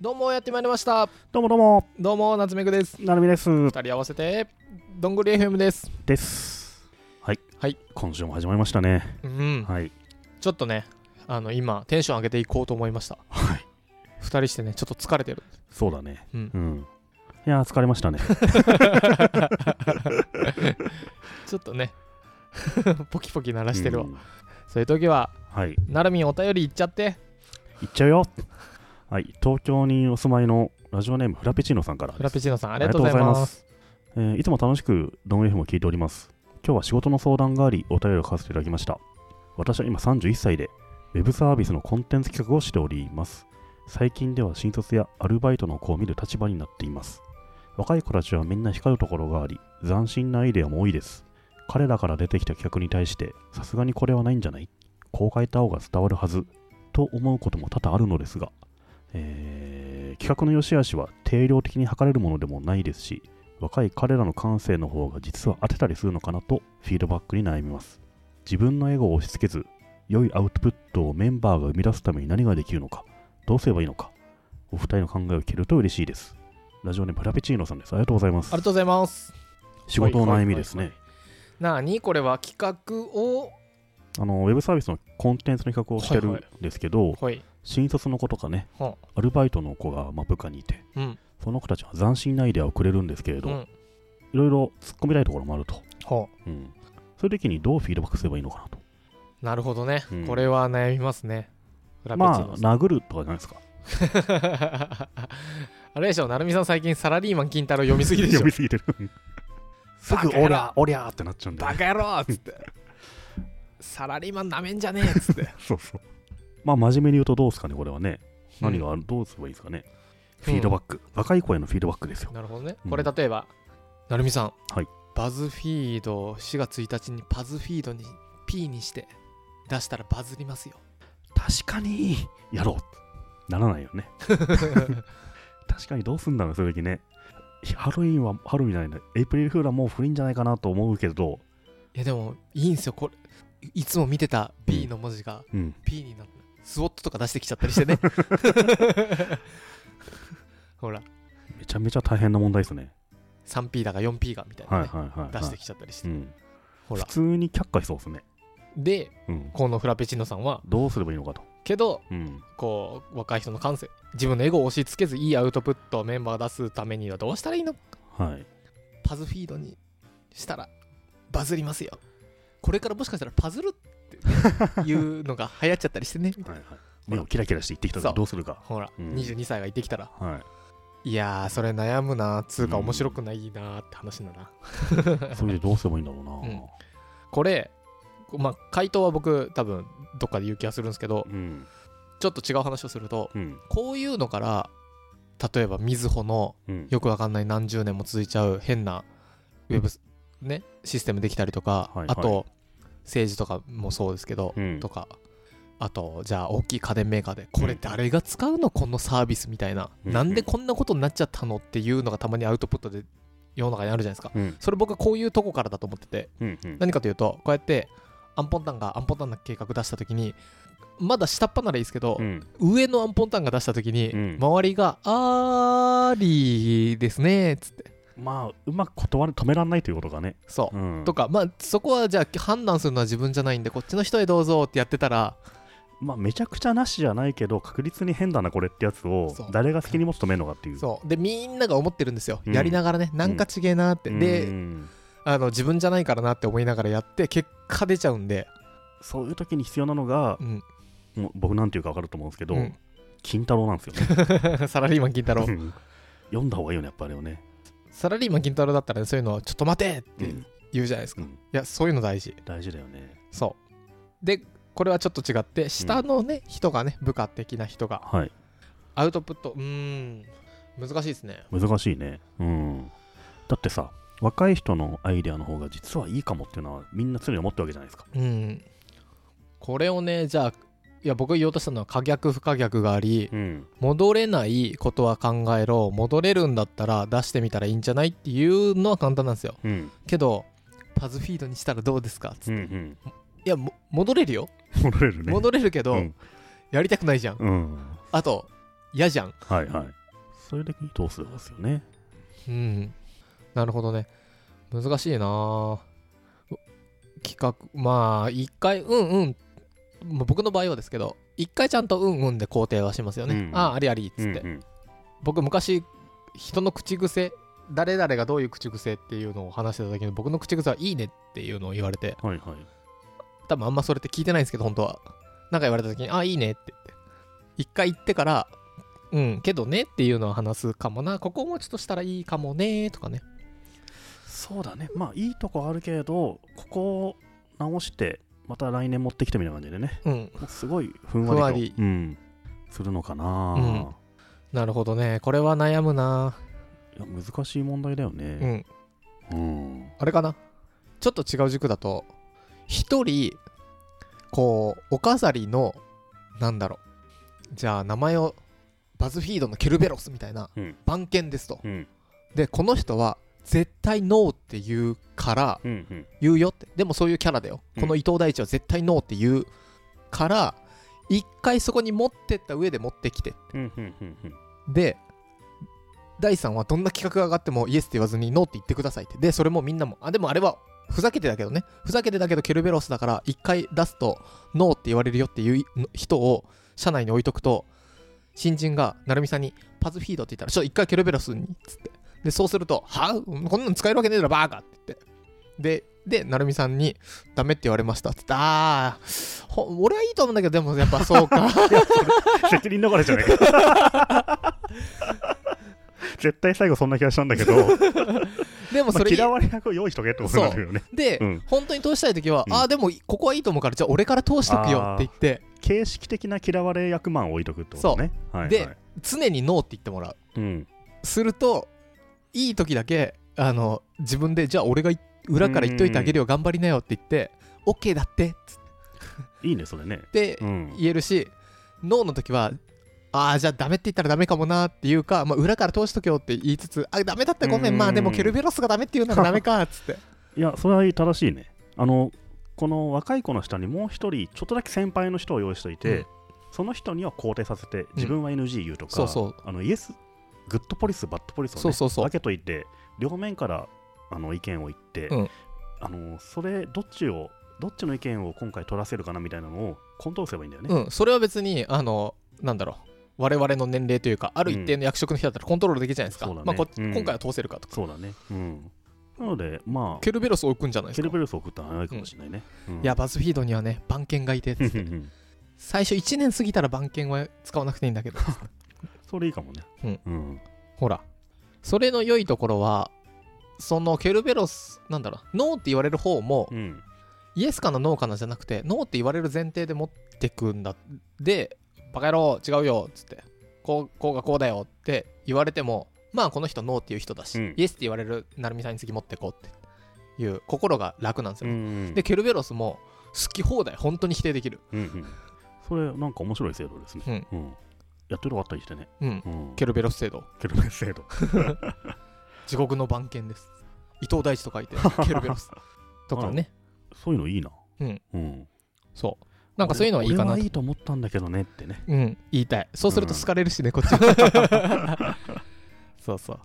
どうもやってまいりましたどうもどうも、どうも夏目くですなるみです。二人合わせてどんぐり FM ですです。はい。はい。今週も始まりましたね。うんはい。ちょっとねあの今テンション上げていこうと思いましたはい。二人してねちょっと疲れ てるそうだね。うんうん。いやー、疲れました ね。ちょっと ねポキポキ鳴らしてるわ、うんそういう時ははい。なるみんお便り言っちゃって行っちゃうよ。はい。東京にお住まいのラジオネームフラペチーノさんからですフラペチーノさんありがとうございますす。えーいつも楽しくドン F も聞いております。今日は仕事の相談があり、お便りを書かせていただきました。私は今31歳で、ウェブサービスのコンテンツ企画をしております。最近では新卒やアルバイトの子を見る立場になっています。若い子たちはみんな光るところがあり、斬新なアイデアも多いです。彼らから出てきた企画に対して、さすがにこれはないんじゃないこう書いた方が伝わるはず。と思うことも多々あるのですが、えー企画の良し悪しは定量的に測れるものでもないですし若い彼らの感性の方が実は当てたりするのかなとフィードバックに悩みます自分のエゴを押し付けず良いアウトプットをメンバーが生み出すために何ができるのかどうすればいいのかお二人の考えを聞けると嬉しいですラジオネームフラペチーノさんですありがとうございますありがとうございます仕事の悩みですね、はいなにこれは企画をあのウェブサービスのコンテンツの企画をしてるんですけど、はい新卒の子とかねはアルバイトの子がまあ部下にいてうんその子たちは斬新なアイデアをくれるんですけれど、うんいろいろ突っ込みたいところもあると、ほうん、そういう時にどうフィードバックすればいいのかなとうなるほどね、うんこれは悩みますねフラペチまーあノさん、殴るとかじゃないですか あれでしょなるみさん最近サラリーマン金太郎読みすぎでしょ 呼びすぎてるすぐバカオ野りゃ郎オりゃーってなっちゃうんだバよねカ野郎っつってサラリーマンなめんじゃねえっつって そうそうまあ真面目に言うとどうですかねこれはね何があるどうすればいいですかね、フィードバック若い子へのフィードバックですよなるほどねうんこれ例えば、なるみさん、はいバズフィード4月1日にバズフィードに P にして出したらバズりますよ確かにやろうならないよね確かにどうすんだろうそういう時ねハロウィンはハロウィンじゃないんだエイプリルフールはもう古いんじゃないかなと思うけどいやでもいいんすよこれいつも見てた P の文字がうん P になってスウォットとか出してきちゃったりしてねほらめちゃめちゃ大変な問題ですね。 3P だか 4P がみたいな、はいねはいはい、はい。出してきちゃったりして、うん、ほら普通に却下しそうですね。でうん。このフラペチーノさんはどうすればいいのかと。けどうん。こう若い人の感性自分のエゴを押し付けずいいアウトプットをメンバーが出すためにはどうしたらいいの はい。パズフィードにしたらバズりますよこれからもしかしたらパズるっていうのが流行っちゃったりしてねみたはいいなはい、目をキラキラして言ってきたそらうどうするか。ほら、うん22歳がいてきたらはいやーそれ悩むなーつうかうん面白くないなーって話だな、い。それでどうすればいいんだろうな。これまあ回答は僕多分どっかで言う気がするんですけどうん。ちょっと違う話をするとうん。こういうのから例えばみずほのうん。よくわかんない何十年も続いちゃう変なウェブ、ね、システムできたりとか、はいはいあと政治とかもそうですけど、うんとかあとじゃあ大きい家電メーカーでこれ誰が使うのこのサービスみたいな、うんなんでこんなことになっちゃったのっていうのがたまにアウトプットで世の中にあるじゃないですかうん。それ僕はこういうとこからだと思っててうん。うん。何かというとこうやってアンポンタンがアンポンタンな計画出した時にまだ下っ端ならいいですけど、うん。上のアンポンタンが出した時に、うん周りが「あーりーですね」つってまあ、うまく断る、止めらんないということがね。そう、うん。とかまあそこはじゃあ判断するのは自分じゃないんでこっちの人へどうぞってやってたらまあ、めちゃくちゃなしじゃないけど、確率に変だな、これってやつをそう、誰が責任持つ止めるのかっていう。そうでみんなが思ってるんですよ、うんやりながらねなんかちげえなって、うんであの自分じゃないからなって思いながらやって結果出ちゃうんで、そういう時に必要なのがう、んもう僕なんていうか分かると思うんですけど、うん 金太郎なんですよね。サラリーマン金太郎うん読んだ方がいいよね、やっぱあれをね。サラリーマン金太郎だったらね、そういうのを「ちょっと待て!」って言うじゃないですか、ういんやそういうの大事大事だよね。そうでこれはちょっと違って下のね、人がね部下的な人がはい。アウトプットうーん難しいですね難しいね。うん。だってさ、若い人のアイデアの方が実はいいかもっていうのはみんな常に思ってるわけじゃないですか。うんこれをねじゃあいや僕が言おうとしたのは可逆不可逆がありうん。戻れないことは考えろ戻れるんだったら出してみたらいいんじゃないっていうのは簡単なんですようん。けどパズフィードにしたらどうですかつって、うん。ういん。やも戻れるよ戻れるね。戻れるけど、うんやりたくないじゃんうん。あと嫌じゃん。はいはい。それだけにどうするかですよね。うん。なるほどね。難しいなぁ企画、まあ、一回、うんうん。まあ僕の場合はですけど、一回ちゃんとうんうんで肯定はしますよね。うんああ、ありありっつって。うんうん僕、昔、人の口癖、誰々がどういう口癖っていうのを話してた時に、僕の口癖はいいねっていうのを言われて、はいはい。多分あんまそれって聞いてないんですけど、本当は。なんか言われた時に、ああ、いいねって言って。一回言ってから、うん、けどねっていうのは話すかもな。ここもちょっとしたらいいかもねとかね。そうだね。まあいいとこあるけれど、ここを直して、また来年持ってきてみたいな感じでね。うん。もうすごいふんわりとふんわりうん、するのかな、うんいなるほどね。これは悩むな。や難しい問題だようね。ん。うん。あれかな。ちょっと違う軸だと、一人、こう、お飾りの、なんだろう。じゃあ、名前を、バズフィードのケルベロスみたいなうん、番犬ですと。うん。で、この人は、絶対ノーって言うから、うん。うん。言うよって。でもそういうキャラだよ。うんこの伊藤大地は絶対ノーって言うから、一回そこに持ってった上で持ってきてうん。うん。うん。うん。で第3はどんな企画が上がってもイエスって言わずにノーって言ってくださいってでそれもみんなもあでもあれはふざけてだけどねふざけてだけどケルベロスだから1回出すとノーって言われるよっていう人を社内に置いとくと新人が成美さんにパズフィードって言ったらちょっと1回ケルベロスにっつってでそうするとはこんなの使えるわけねえだろバーカって言ってでで成美さんにダメって言われましたっつってあーほ俺はいいと思うんだけどでもやっぱそう か責任逃れじゃないか。絶対最後そんな気がしたんだけど、までもそあれ、嫌われ役を用意しとけってことなんだけどね。で、うん本当に通したい時は、うんああでもここはいいと思うからじゃあ俺から通しとくよって言って形式的な嫌われ役マンを置いとくってことね。はいはい、で常にノーって言ってもらううん、するといい時だけあの自分でじゃあ俺がい裏から言っといてあげるよ頑張りなよって言って OK だってっつっいいね、それね。てうん、言えるし、ノーの時はああじゃあダメって言ったらダメかもなっていうか、まあ、裏から通しとけよって言いつつあダメだったらごめうんんまあでもケルベロスがダメって言うならダメかっつっていや、それは正しいね。あの、この若い子の下にもう一人、ちょっとだけ先輩の人を用意しておいて、うんその人には肯定させて、自分は NG 言うとか、そうそうあのイエス、グッドポリス、バッドポリスを、ね、そうそうそう分けといて、両面からあの意見を言って、うんあの、それ、どっちを、どっちの意見を今回取らせるかなみたいなのをコントロールすればいいんだよね。うん、それは別にあのなんだろう我々の年齢というかある一定の役職の人だったらコントロールできるじゃないですか、そうだねまあこうん今回は通せるかとかそうだね。うん。なので、まあ、ケルベロスを置くんじゃないですケかルベルスを送ったら長いかもしれないね。うんいやバズフィードにはね番犬がいてっつって最初1年過ぎたら番犬は使わなくていいんだけど それいいかもね。うん。ほらそれの良いところはそのケルベロスなんだろうノーって言われる方も、うん。イエスかなノーかなじゃなくてノーって言われる前提で持ってくんだでバカ野郎違うよっつってこうこうがこうだよって言われてもまあこの人ノーっていう人だし、うんイエスって言われる成美さんに次持ってこうっていう心が楽なんですよ、ねんで、ケルベロスも好き放題本当に否定できる、うんうん。それ、なんか面白い制度ですね。うん。やってることあったりしてね。うん、うん。ケルベロス制度ケルベル制度。地獄の番犬です伊藤大地と書い てケルベロスとかねそういうのいいな。うん。うん。そうなんかそういうのはいいか俺なはといいと思ったんだけどねってね。うん、言いたい。そうするとうん好かれるしね、こっちは そうそう。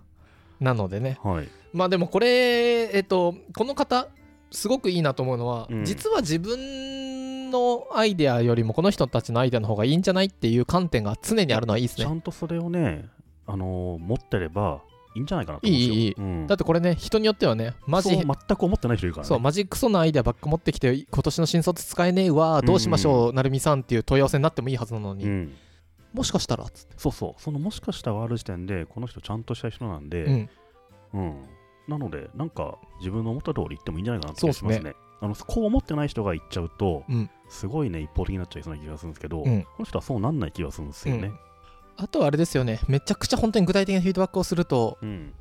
なのでね。はい。まあでもこれ、えっと、この方、すごくいいなと思うのは、うん実は自分のアイデアよりもこの人たちのアイデアの方がいいんじゃないっていう観点が常にあるのはいいですちゃね。んとそれをね、あのー、持ってればいいんじゃないかなと思うんですよ。いいいいいいうんだってこれね、人によってはね、マジそう、全く思ってない人いるからね。そう、マジクソなアイデアばっか持ってきて、今年の新卒使えねえわ、どうしましょう、なるみさんっていう問い合わせになってもいいはずなのに、うん。もしかしたら、つって。そうそう。そのもしかしたらある時点で、この人ちゃんとした人なんで、うん、うん、なので、なんか自分の思った通り言ってもいいんじゃないかなって気そうがっしすまねすね。あのこう思ってない人が言っちゃうと、うんすごいね、一方的になっちゃいそうな気がするんですけど、うんこの人はそうなんない気がするんですよね。あとはあれですよね、めちゃくちゃ本当に具体的なフィードバックをすると、うん。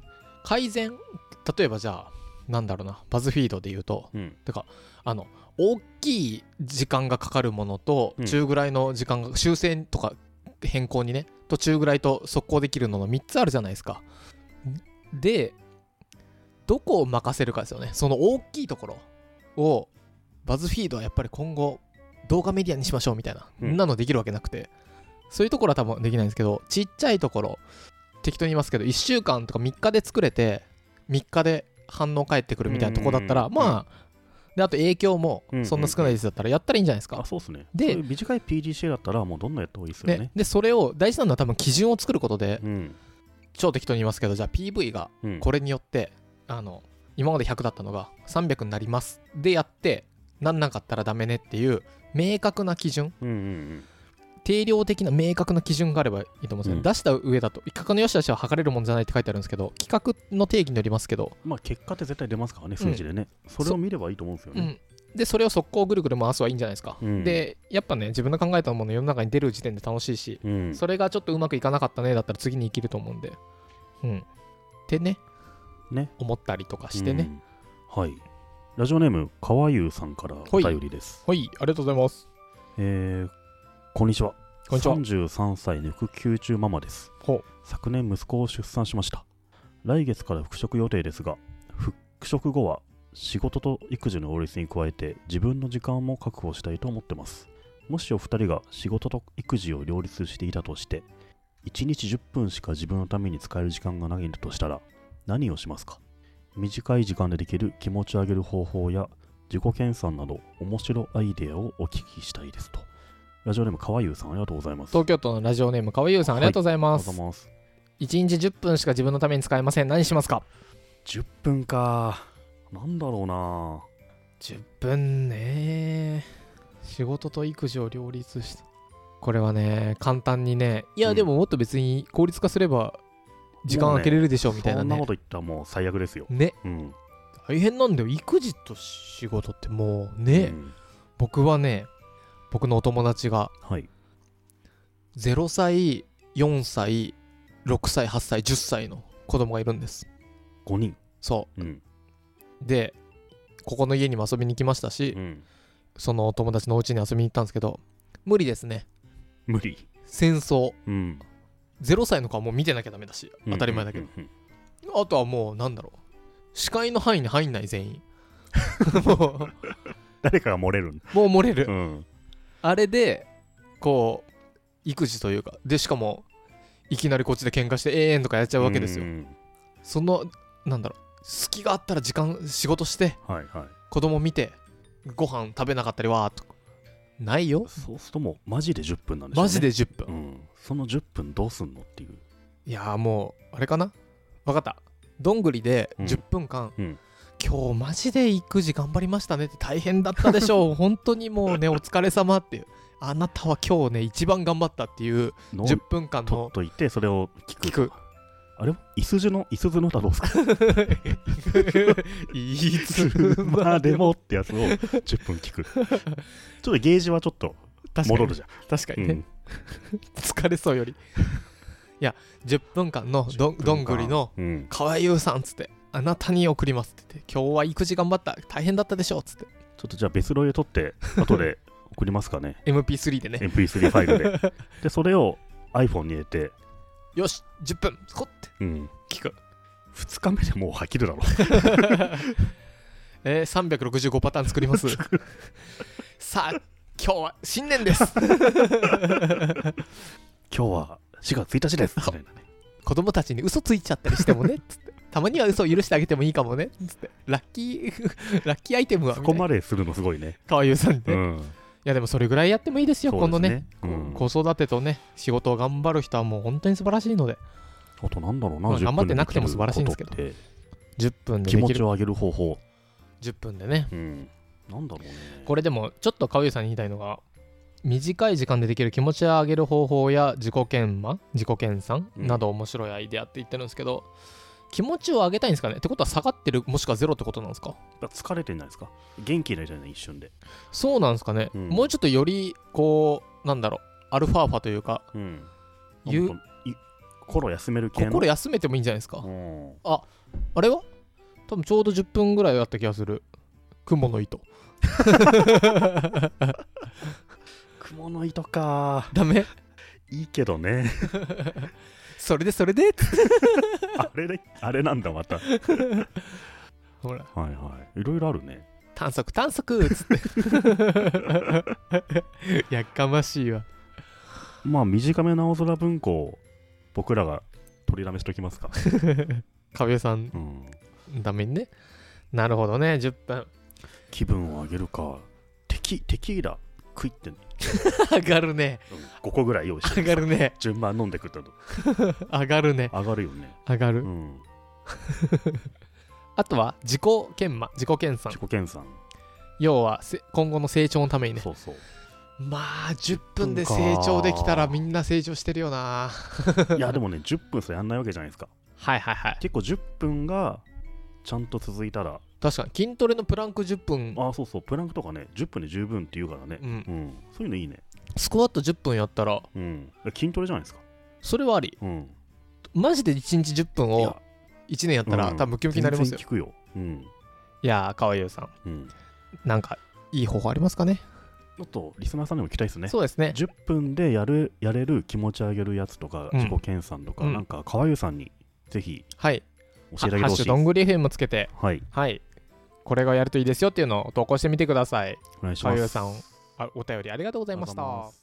改善例えばじゃあなんだろうなバズフィードで言うとうん。あの大きい時間がかかるものとうん中ぐらいの時間が修正とか変更にねと中ぐらいと速攻できるのの3つあるじゃないですかでどこを任せるかですよねその大きいところをバズフィードはやっぱり今後動画メディアにしましょうみたいな、うんん、なのできるわけなくてそういうところは多分できないんですけどちっちゃいところ適当に言いますけど1週間とか3日で作れて3日で反応返ってくるみたいなとこだったらうんまあであと影響もうんそんな少ないですだったらやったらいいんじゃないですかあ、そうですね。でそういう短い PDCA だったら、もうどんどんやった方がいいですよね。ね、でそれを大事なのは多分基準を作ることでうん。超適当に言いますけどじゃあ PV がうん、これによってあの今まで100だったのが300になりますでやってなんなかったらダメねっていう明確な基準うんうんうん。定量的な明確な基準があればいいと思うんですけど、うん出した上だと企画の良し悪しは測れるもんじゃないって書いてあるんですけど企画の定義によりますけど、まあ、結果って絶対出ますからね、数字でね。それを見ればいいと思うんですようね。ん、でそれを速攻ぐるぐる回すはいいんじゃないですか、うんでやっぱね自分の考えたもの世の中に出る時点で楽しいしうん。それがちょっとうまくいかなかったねだったら次に生きると思うんで。うん。ってね。ね思ったりとかしてね。うん。はい。ラジオネーム、かわゆうさんからお便りです。はい、ありがとうございます。えー、こんにちは。こんにちは。 33歳の育休中ママです。ほ昨年息子を出産しました来月から復職予定ですが復職後は仕事と育児の両立に加えて自分の時間も確保したいと思ってますもしお二人が仕事と育児を両立していたとして1日10分しか自分のために使える時間がないんだとしたら何をしますか短い時間でできる気持ち上げる方法や自己研鑽など面白アイデアをお聞きしたいですとラジオネームかわゆうさんありがとうございます東京都のラジオネーム、かわゆうさん、ありがとうございありまがす。とうございます1日10分しか自分のために使えません。何しますか10分かなんだろうな ?10 分ね。仕事と育児を両立して。これはね、簡単にね、いや、うんでももっと別に効率化すれば時間空けれるでしょうみたいなそんなねこ。と言ったらもう最悪ですよね、うん大変なんだよ。育児と仕事ってもうね。うん僕はね僕のお友達がはい0歳4歳6歳8歳10歳の子供がいるんです5人そううんでここの家にも遊びに来ましたし、うんそのお友達のお家に遊びに行ったんですけど無理ですね無理戦争うん0歳の子はもう見てなきゃダメだし当たり前だけど、うんあとはもうなんだろう視界の範囲に入んない 全員も誰かが漏れるんうもう漏れるうんあれでこう育児というかでしかもいきなりこっちで喧嘩して永遠とかやっちゃうわけですようんそのなんだろう隙があったら時間仕事してはいはい子供見てご飯食べなかったりわーっとないよそうするともうマジで10分なんでしょうねマジで10分、うんその10分どうすんのっていういやーもうあれかな分かったどんぐりでうん10分間、うん今日マジで育児頑張りましたねって大変だったでし ょう本当にもうねお疲れ様っていうあなたは今日ね一番頑張ったっていうの10分間取のっといてそれを聞く聞くあれはいすずのいすずのだどうですか いいつまでもってやつを10分聞 くちょっとゲージはちょっと確か戻にるじゃん確かにね、うん疲れそうよりいや10分間のどんどんぐりのうん「川優さん」っつって「あなたに送ります」って言って「今日は育児頑張った大変だったでしょ」っつってちょっとじゃあ別ロイで撮 って、後で送りますかね。 MP3 でね MP3 ファイルで。 で、それを iPhone に入れて、 「よし10分スコッ!」てうん。聞く2日目でもう飽きるだろえー、365パターン作ります さあ今日は新年です今日は4月1日です。みたいなね。子供たちに嘘ついちゃったりしてもねっつってたまには嘘を許してあげてもいいかもねっつってラッキー ラッキーアイテムはそこまででするのすごいね。川優さんにね、ういん。やでもそれぐらいやってもいいですよこそうのでねすね。うん子育てとね仕事を頑張る人はもう本当に素晴らしいのであとなんだろうな、まあ10頑張ってなくても素晴らしいんですけど分できる10分ことっでて気で持きちるを上げる方法。 10分でねうん。なんだろうね。これでもちょっと川ゆさんに言いたいのが短い時間でできる気持ちを上げる方法や自己研磨自己研鑽うんなど面白いアイデアって言ってるんですけど、気持ちを上げたいんですかねってことは下がってるもしくはゼロってことなんですかやっぱ疲れてんじゃないですか。元気になりたいね、一瞬で。そうなんですかね、うんもうちょっとよりこうなんだろうアルファーファというかうん。ゆなんかい心休める系の。心休めてもいいんじゃないですか、うん。あれは多分ちょうど10分ぐらいだった気がする雲の糸雲の糸か。ダ メいいけどね。それでそれであれで、あれなんだ、また。はいほらはい。いろいろあるね。短足短 足っつってやっかましいわまあ、短めな青空文庫を僕らが取りだめしときますか。壁さんうん、のためにね。なるほどね、10分。気分を上げるか、テキテキーラ食いって、うん、上がるね、 5個ぐらい用意して上がるね、順番飲んでくったと上がるね、上がるよね。上がうる。ん、あとは、自己研磨、自己研鑽自。己研鑽。要は、せ今後の成長のためにね。そうそう。まあ、10分で成長できたらみんな成長してるよな。いや、でもね、10分さやんないわけじゃないですか。はいはいはい。結構10分がちゃんと続いたら、確かに、筋トレのプランク10分、ああ、そうそう、プランクとかね、10分で十分って言うからねう。ん、うん、そういうのいいね。スクワット10分やったら、うん、筋トレじゃないですか。それはあり。うん。マジで1日10分いをや1年やったら、うん多分ムキムキになりますよ全然。聞くよ。うん。いやー、かわゆうさん、うん。なんかいい方法ありますかねもっとリスナーさんにも期待ですね。そうですね。 10分でやるやれる気持ち上げるやつとか、うん自己研鑽とか、うんなんか川湯さんにぜひはい。教ハえてあげてッほシュしいどでんす。ぐり FM つけて、はい、はい。これがやるといいですよっていうのを投稿してみてください。お願いしかまわゆす。うさん、あお便りありがとうございましありがとうございたます。